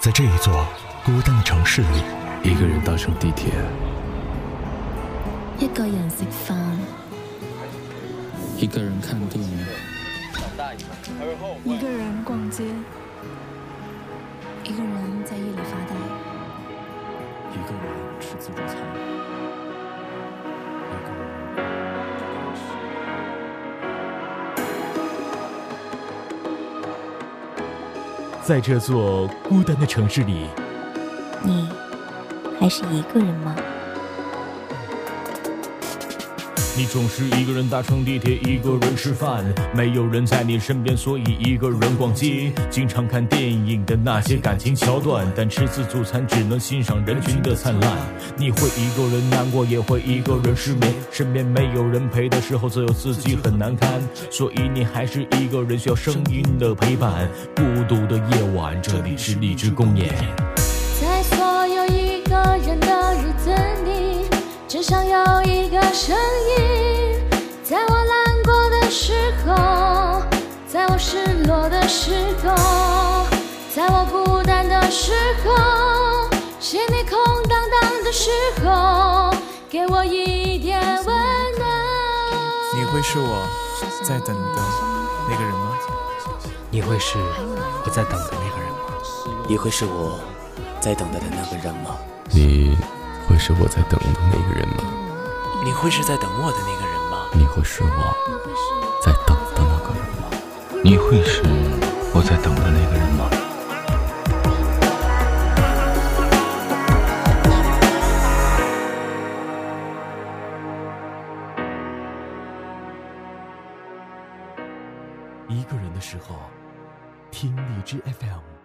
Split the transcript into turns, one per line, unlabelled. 在这一座孤单的城市里，
一个人搭乘地铁，
一個人食飯，
一个人看电影，
一个人逛街，
一個人在夜裏發呆，
一个人吃自助餐，一个人。
在这座孤单的城市里，
你还是一个人吗？
你总是一个人搭乘地铁，一个人吃饭，没有人在你身边，所以一个人逛街。经常看电影的那些感情桥段，但吃自助餐只能欣赏人群的灿烂。你会一个人难过，也会一个人失眠，身边没有人陪的时候，只有自己很难堪。所以你还是一个人，需要声音的陪伴。孤独的夜晚，这里是荔枝公园。
在所有一个人的日子里，至少有一个声音，在我难过的时候，在我失落的时候，在我孤单的时候，心里空荡荡的时候，给我一点温暖。
你会是我在等的那个人吗？
你会是我在等的那个人吗？
你会是我在等待的那个人吗？
你会是我在等的那个人吗？
你会是在等我的那个人吗？
你会是我在等的那个人吗？
你会是我在等的那个人吗？
一个人的时候，听荔枝 FM。